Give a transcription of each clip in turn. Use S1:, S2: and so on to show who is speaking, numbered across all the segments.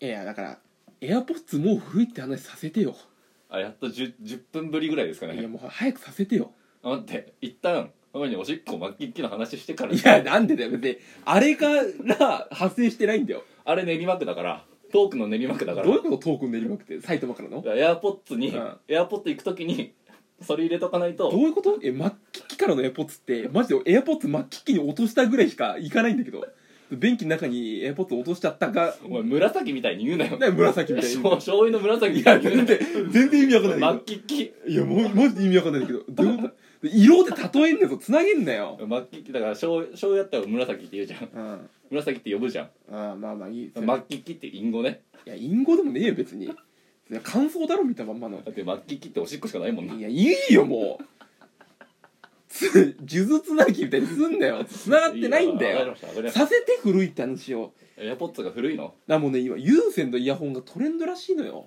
S1: いやだからエアポッツもう古いって話させてよ
S2: あやっと 10, 10分ぶりぐらいですか
S1: いや
S2: ね
S1: もう早くさせてよ
S2: 待って一旦ママにおしっこ巻きっきの話してから
S1: いやなんでだよ別にあれから発生してないんだよ
S2: あれ練馬区だからトークの練馬区だ
S1: ど
S2: か
S1: う
S2: ら
S1: いうことトークン練馬区って埼玉からの
S2: エアポッツに、
S1: うん
S2: エアポッツ行く時にそれ入れとかない
S1: ど
S2: と
S1: ういうことえ末期機からのエアポッツってマジでエアポッツ末期機に落としたぐらいしかいかないんだけど便器の中にエアポッツ落としちゃったか
S2: お前紫みたいに言うなよ
S1: ね紫みたいに
S2: 醤醤油の紫みたいに言うな
S1: 全
S2: よ
S1: 然全然意味わかんない
S2: 巻きっき
S1: いやもうマジで意味わかんないんだけどどういうこと色で例えんだぞつなげんなよ
S2: 巻きっきだから醤油醤油やったら紫って言うじゃん
S1: うん
S2: 紫って呼ぶじゃん
S1: ああまあまあいいそれ
S2: 巻きっきって隠語ね
S1: いや隠語でもねえよ別にいや感想だろ見たまんまの
S2: だって巻きっきっておしっこしかないもんない
S1: やいいよもうつ数珠つなぎみたいにすんなよ繋がってないんだ
S2: わか
S1: よ
S2: りましたわかりました
S1: させて古いって話を
S2: エアポッツが古いの
S1: だもうね今有線のイヤホンがトレンドらしいのよ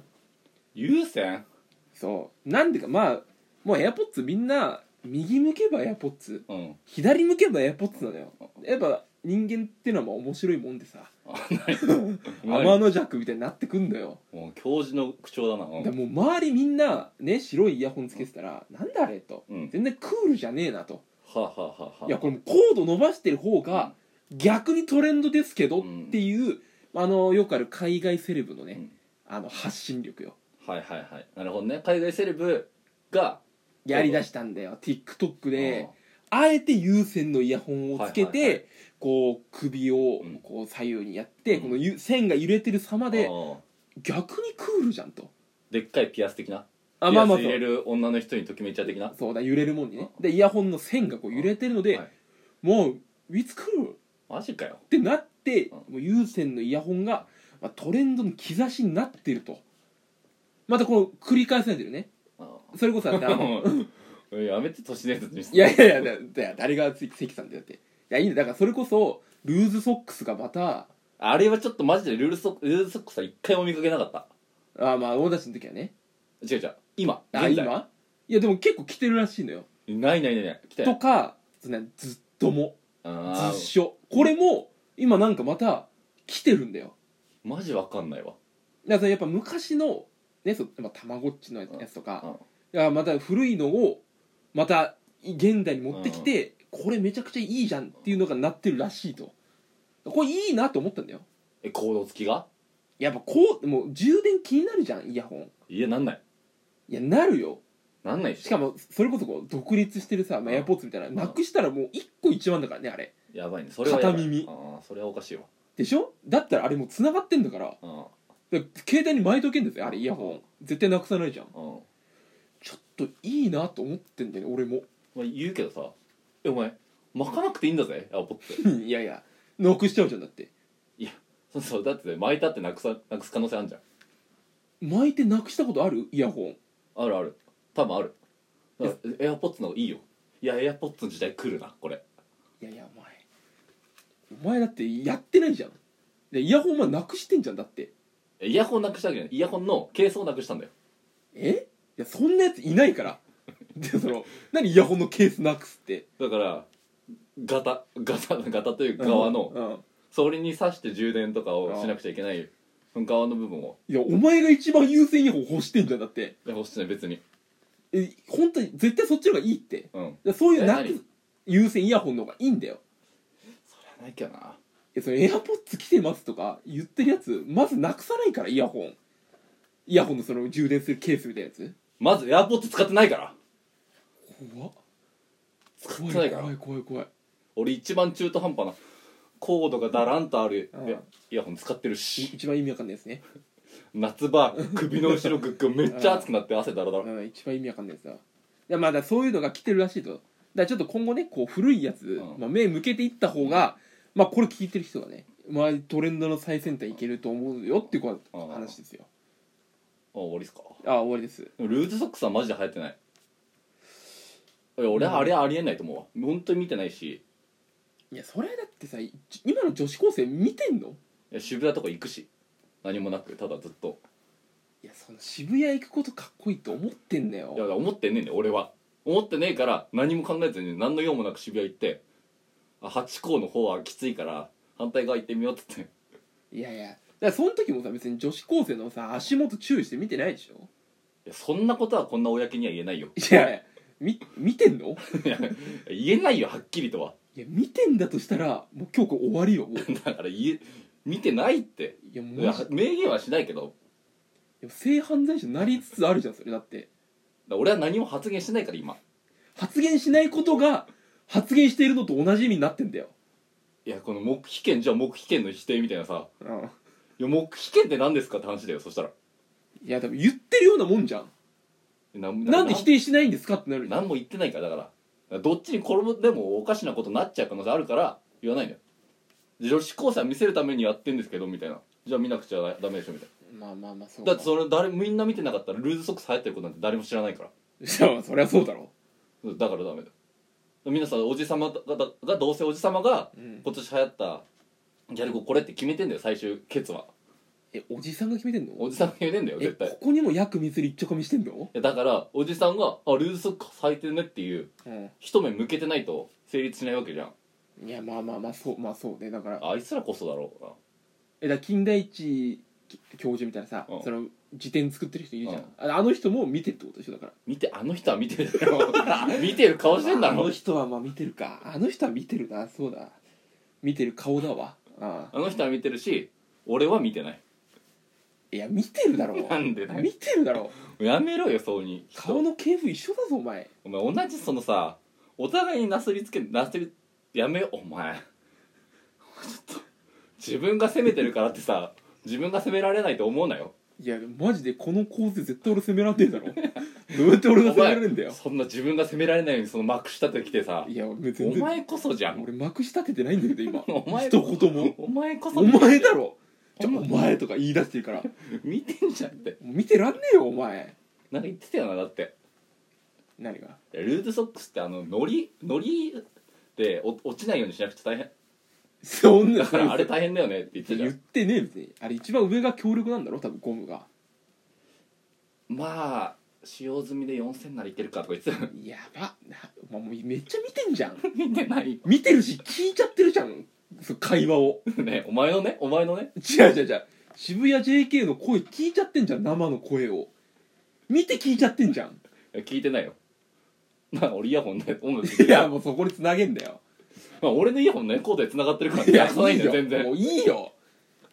S2: 有線
S1: そうなんでかまあもう AirPods みんな右向けば AirPods
S2: うん
S1: 左向けば AirPods なのよやっぱ人間ってのはまあ面白いもんでさ
S2: あ
S1: 天の弱みたいになってくんのよ
S2: もう教授の口調だなう
S1: で
S2: ん
S1: もう周りみんなね白いイヤホンつけてたら「なんだあれ?」と
S2: うん
S1: 「全然クールじゃねえな」と
S2: はあはあはあ
S1: いや
S2: は
S1: これもう高度伸ばしてる方が逆にトレンドですけどっていう、あのよくある海外セレブのね、
S2: うん
S1: あの発信力よ
S2: あはいはいはいなるほどね海外セレブが
S1: やりだしたんだよ TikTok で
S2: う
S1: あえて有線のイヤホンをつけて、
S2: はいはいはい
S1: こう首を
S2: うん
S1: こう左右にやって、
S2: うん
S1: このゆ線が揺れてる様
S2: ん
S1: で
S2: ああ
S1: 逆にクールじゃんと
S2: でっかいピアス的な
S1: あ
S2: ピ
S1: まあ
S2: アス
S1: まあ
S2: 入
S1: そ
S2: れ
S1: う
S2: る女の人にときめいちゃう的な
S1: そうだ揺れるもんにねでイヤホンの線がこう揺れてるので、
S2: はい
S1: もう「いつ来る?」
S2: マジかよ
S1: ってなって
S2: うん
S1: もう有線のイヤホンが、まあ、トレンドの兆しになってるとまたこの繰り返されてるね
S2: あ
S1: それこそだってあ
S2: あ
S1: の
S2: やめて都市伝説にす
S1: いやいやいやだだよ誰がつ関さんだよっていやいいんだだからそれこそルーズソックスがまた
S2: あれはちょっとマジでルールソックルールソックスは一回も見かけなかった
S1: あまあ俺たちの時はね
S2: 違う違う今
S1: あ
S2: 現在
S1: 今いやでも結構着てるらしいのよ
S2: ないないないない来た
S1: と
S2: よ
S1: かそのねずっとも
S2: あ
S1: ずっ
S2: ー
S1: しょこれも今なんかまた来てるんだよ
S2: マジわかんない
S1: だ
S2: わ
S1: からそのやっぱ昔のねそまあたまごっちのやつとか、
S2: うん
S1: いやまた古いのをまた現代に持ってきて、これめちゃくちゃいいじゃんっていうのがなってるらしいとこれいいなと思ったんだよ
S2: えコード付きが
S1: やっぱこうもう充電気になるじゃんイヤホン
S2: いやなんない
S1: いやなるよ
S2: なんないで
S1: し
S2: しょ
S1: かもそれこそこう独立してるさ、まあ、
S2: うん
S1: エアポッツみたいな、
S2: ん
S1: なくしたらもう1個1万だからねあれ
S2: やばいねそれはやばい
S1: 片耳
S2: ああそれはおかしいわ
S1: でしょだったらあれもう繋がってんだから
S2: うん
S1: だから携帯に巻いとけんですよあれイヤホン絶対なくさないじゃん
S2: うん
S1: ちょっといいなと思ってんだよね俺も
S2: まあ言うけどさえお前巻かなくていいん だぜエアポッツ
S1: いやいやなくしちゃうじゃんだって
S2: そうそうだって巻いたってなくさなくす可能性あるじゃん
S1: 巻いてなくしたことあるイヤホン
S2: あるある多分あるだからエアポッツの方がいいよいやエアポッツの時代来るなこれ
S1: いやいやお前お前だってやってないじゃんでイヤホンまなくしてんじゃんだって
S2: イヤホンなくしたわけじゃないイヤホンのケースをなくしたんだよ
S1: えいやそんなやついないからでその何イヤホンのケースなくすって
S2: だからガタガタガタという側の、
S1: うん
S2: それに刺して充電とかをしなくちゃいけない側の部分を
S1: いやお前が一番優先イヤホン欲してんじゃんだって
S2: いや欲しいね別に
S1: え本当に絶対そっちの方がいいって
S2: うん
S1: でそういう
S2: え
S1: なく
S2: 何
S1: 優先イヤホンの方がいいんだよ
S2: ないけどない
S1: やそのエアポッツ来てますとか言ってるやつまずなくさないからイヤホンイヤホンのその充電するケースみたいなやつ
S2: まずエアポッツ使ってないから
S1: 怖っ
S2: 使ってないから
S1: 怖い怖い怖い
S2: 俺一番中途半端なコードがだらんとある
S1: うん
S2: いやイヤホン使ってるし
S1: 一番意味わかんないですね
S2: 夏場首の後ろグッグめっちゃ熱くなって汗だらだら
S1: うん、一番意味わかんないですよだまあだからそういうのが来てるらしいとだからちょっと今後ねこう古いやつ、
S2: うん
S1: まあ、目向けていった方が、まあこれ聞いてる人がね、まあ、トレンドの最先端いけると思うよっていうこう
S2: うん
S1: 話ですよ
S2: あ終わりっすか
S1: ああ終わりです
S2: でもルーズソックスはマジで流行ってないいや俺あれありえないと思うわ本当に見てないし
S1: いやそれだってさい今の女子高生見てんの
S2: いや渋谷とか行くし何もなくただずっと
S1: いやその渋谷行くことかっこいいと思ってんだよ
S2: いや思ってねえんだよ俺は思ってねえから何も考えずに何の用もなく渋谷行ってあハチ公の方はきついから反対側行ってみようっつって
S1: いやいやからその時もさ別に女子高生のさ足元注意して見てないでしょ
S2: いやそんなことはこんな公には言えないよ
S1: いやみ見てんの
S2: いや言えないよはっきりとはい
S1: や見てんだとしたらもう今日これ終わりよもう
S2: だから言え見てないって
S1: いやもう
S2: いや明言はしないけど
S1: いや性犯罪者になりつつあるじゃんそれだって
S2: 俺は何も発言してないから今
S1: 発言しないことが発言しているのと同じ意味になってんだよ、
S2: いやこの黙秘権じゃあ黙秘権の否定みたいなさ
S1: うん、
S2: いや黙秘権って何ですかって話だよそしたら
S1: いや多分言ってるようなもんじゃん
S2: な
S1: なんで否定しないんですかってなるじゃん
S2: 何も言ってないからだからだからどっちに転ぶでもおかしなことになっちゃう可能性あるから言わないのよ女子高生は見せるためにやってんですけどみたいなじゃあ見なくちゃダメでしょみたい
S1: まあまあまあそう
S2: なだってそれ誰みんな見てなかったらルーズソックス流行ってることなんて誰も知らないから
S1: じゃあそりゃそうだろ
S2: だからダメだよ皆さんおじさまがががどうせおじさまが
S1: うん
S2: 今年流行ったギャル語これって決めてんだよ最終決は
S1: えおじさんが決めてんの
S2: おじさんが決めてんだよ
S1: え
S2: 絶対
S1: ここにも薬密り一丁かみしてんの
S2: いやだからおじさんがあルーズソックス履いてるねっていう
S1: うん
S2: 一目向けてないと成立しないわけじゃん
S1: いやまあまあまあそうまあそうねだから
S2: あいつらこそだろうな
S1: えだから金田一教授みたいなさ、
S2: うん
S1: その辞典作ってる人いるじゃん
S2: う、
S1: あの人も見てるってことでしょだから
S2: 見てあの人は見てるだろ 見てる顔してんだ
S1: あの
S2: ろ
S1: 人はまあ見てるかあの人は見てるなそうだ見てる顔だわああ
S2: あの人は見てるし俺は見てない
S1: いや見てるだろ
S2: なんでだよ
S1: 見てるだろ
S2: やめろよそうに人
S1: 顔の系譜一緒だぞお前
S2: お前同じそのさお互いになすりつけなすりやめよお前ちょっと自分が責めてるからってさ自分が責められないと思うなよ
S1: いやマジでこの構図絶対俺責めらんねえだろどうやって俺が責められるんだよ
S2: そんな自分が責められないようにその幕下ってきてさ
S1: いや俺全
S2: お
S1: 然
S2: 前こそじゃん
S1: 俺まくし立ててないんだけど今
S2: お前
S1: 一言も
S2: お前こそ
S1: お前だろじゃあ
S2: お
S1: お
S2: 前
S1: 前とか言い出してるからも
S2: 見てんじゃんって
S1: う見てらんねえよお前
S2: なんか言ってたよなだって
S1: 何が
S2: ルーズソックスってあののりのりでお落ちないようにしなくちゃ大変
S1: そんな
S2: だからあれ大変だよねって言ってたじゃ
S1: 言っ
S2: ん
S1: てねえ別にあれ一番上が強力なんだろ多分ゴムが
S2: まあ使用済みで4000ならいけるかとか言ってたよ
S1: やばなお前もうめっちゃ見てんじゃん
S2: 見てない
S1: 見てるし聞いちゃってるじゃんその会話を
S2: ねお前のねお前のね
S1: 違う違う違う渋谷 JK の声聞いちゃってんじゃん生の声を見て聞いちゃってんじゃん
S2: いや聞いてないよまあ俺イヤホンね音楽聞いて
S1: い
S2: る
S1: やもうそこに繋げんだよ
S2: まあ俺のイヤホンねコードで繋がってるからなくさないんだよ全
S1: も
S2: 然
S1: ういいよ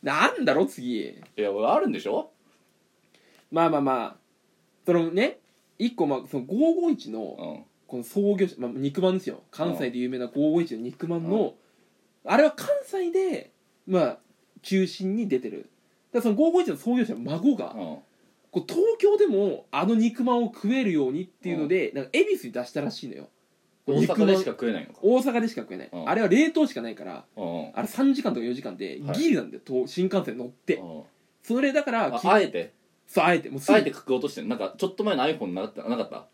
S1: なんだろ次
S2: いや俺あるんでしょ
S1: まあまあまあそのね一個まあその551の、
S2: うん
S1: この創業者、まあ、肉まんですよ関西で有名な551の肉まんの、あれは関西でまあ中心に出てるだからその551の創業者の孫が、
S2: うん
S1: こう東京でもあの肉まんを食えるようにっていうので、なんか恵比寿に出したらしいのよ
S2: 大阪でしか食えないのか
S1: 大阪でしか食えない、
S2: うん
S1: あれは冷凍しかないから
S2: うんうん
S1: あれ3時間とか4時間で
S2: はい
S1: ギリなんだよ、と新幹線乗って、
S2: うん
S1: それだから
S2: あ
S1: き
S2: あえて
S1: そうあえてもうすぐ
S2: あえて食おうとしてるなんかちょっと前の iPhone なかったなかった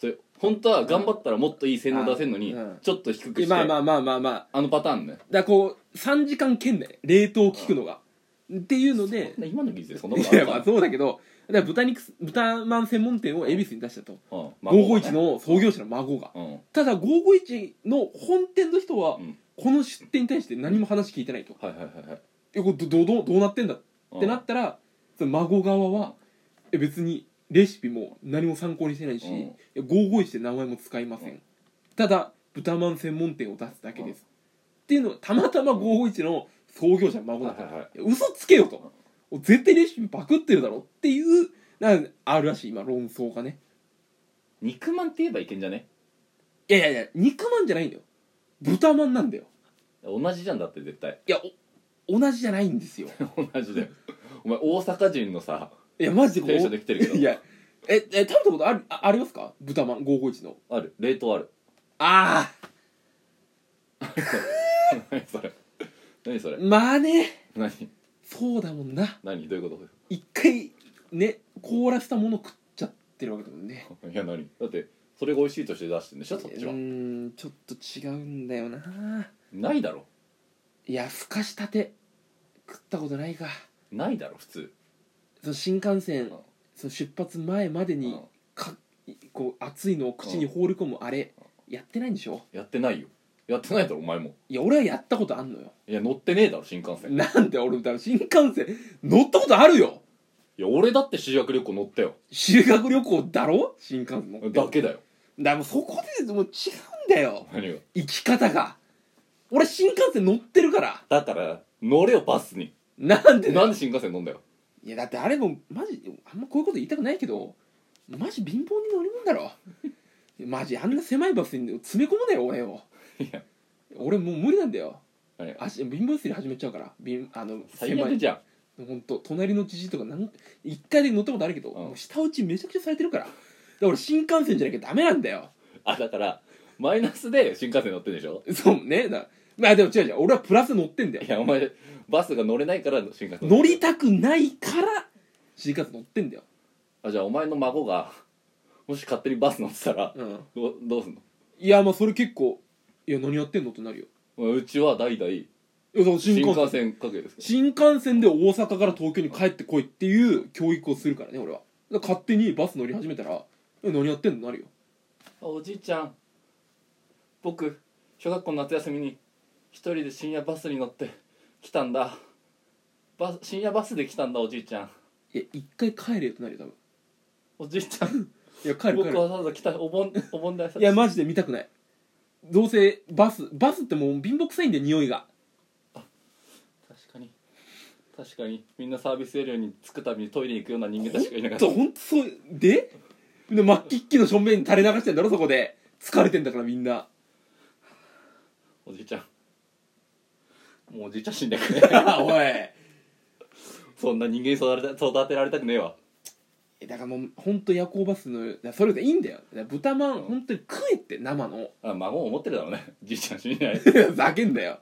S2: それ本当は頑張ったらもっといい性能出せるのに
S1: うん
S2: ちょっと低くして
S1: まあまあまあまあまあだか
S2: あのパターンね
S1: らこう3時間圏内冷凍聞くのが、っていうので
S2: そんな今の技術でそんなこと
S1: い
S2: あ
S1: や
S2: るか
S1: まあそうだけどだから豚肉す豚まん専門店を恵比寿に出したと
S2: うんまあ
S1: 551の創業者の孫が
S2: うん
S1: ただ551の本店の人は
S2: うん
S1: この出店に対して何も話聞いてないと
S2: はいはいはいはい
S1: えこれどどどどうなってんだっ
S2: うん
S1: てなったらその孫側はえ別にレシピも何も参考にしてないし
S2: うん
S1: いや551って名前も使いませ
S2: うん
S1: んただ豚まん専門店を出すだけですっていうのはたまたま551の創業者の孫だから
S2: はいはいはい
S1: いや嘘つけよと絶対レシピパクってるだろっていうなんかあるらしい今論争がね
S2: 肉まんって言えばいけんじゃね
S1: いやいやいや肉まんじゃないんだよ豚まんなんだよ
S2: 同じじゃんだって絶対
S1: いやお同じじゃないんです よ
S2: 同じだよお前大阪人のさ
S1: いやマジで
S2: テンションできてるけど
S1: いやええ食べたことあるあありますか豚まん551の
S2: ある冷凍ある
S1: あ
S2: 何 それ何そ
S1: あ
S2: れ
S1: まあね
S2: 何
S1: そうだもんな
S2: 何どういうこ
S1: 一回ね凍らせたもの食っちゃってるわけだもんね
S2: と いや何だってそれが美味しいとして出してんでし
S1: う
S2: ょそっちは
S1: ーんちょっと違うんだよな
S2: ないだろ
S1: いやふかしたて食ったことないか
S2: ないだろ普通
S1: その新幹線
S2: うん
S1: その出発前まで
S2: う
S1: に
S2: ん
S1: かこう熱いのを口に放り込むあれやってないんでしょ
S2: やってないよやってないだろお前も
S1: いや俺はやったことあんのよ
S2: いや乗ってねえだろ新幹線
S1: なんで俺だ新幹線乗ったことあるよ
S2: いや俺だって修学旅行乗ったよ
S1: 修学旅行だろ新幹線乗って
S2: だけだよ
S1: だもうそこでもう違うんだよ
S2: 何が
S1: 生き方が俺新幹線乗ってるから
S2: だから乗れよバスに
S1: なんでだよ
S2: なんで新幹線乗んだよ
S1: いやだってあれもマジあんまこういうこと言いたくないけどマジ貧乏に乗り物だろ マジあんな狭いバスに詰め込むなよ俺を
S2: いや
S1: 俺もう無理なんだよ
S2: 何が
S1: 足貧乏ゆすり始めちゃうから貧あの
S2: 最
S1: 狭
S2: 悪
S1: い
S2: じゃん
S1: 本当隣のじじいとかなん一回で乗ったことあるけど、
S2: うん
S1: もう下打ちめちゃくちゃされてるからだから俺新幹線じゃなきゃダメなんだよ
S2: あだからマイナスで新幹線乗ってんでしょ
S1: そうねだまあでも違う違う俺はプラス乗ってんだよ
S2: いやお前バスが乗れないから新幹線
S1: 乗り
S2: た
S1: たくないから新幹線乗ってんだよ
S2: あじゃあお前の孫が もし勝手にバス乗ってたら
S1: うん
S2: どうどうすんの
S1: いやまあそれ結構いや何やってんのってなるよ
S2: まあうちは代々
S1: いやだから新
S2: 新
S1: 幹線
S2: 幹線かけですか
S1: 新幹線で大阪から東京に帰ってこいっていう教育をするからね俺はだから勝手にバス乗り始めたらえ何やってんのなるよ
S2: あおじいちゃん僕小学校の夏休みに一人で深夜バスに乗って来たんだバス深夜バスで来たんだおじいちゃん
S1: いや一回帰れよってなるよ多分
S2: おじ いちゃん
S1: いや帰る帰
S2: 僕
S1: る
S2: わざわざ来たお盆お盆で挨拶
S1: いやマジで見たくないどうせバスバスってもう貧乏くさいんで匂いが
S2: 確かに確かにみんなサービスエリアに着くたびにトイレ行くような人間たちがいなかった
S1: そうほんとそうででマッキッキの正面に垂れ流してんだろそこで疲れてんだからみんな
S2: おじいちゃんもうおじいちゃん死んでくね
S1: おい
S2: そんな人間に育て育てられたくねえわ
S1: えだからもうほんと夜行バスのだからそれでいいんだよだから豚まんほんとに食えって生の
S2: あ孫も思ってるだろうねじいちゃん死んでない
S1: 叫んだよ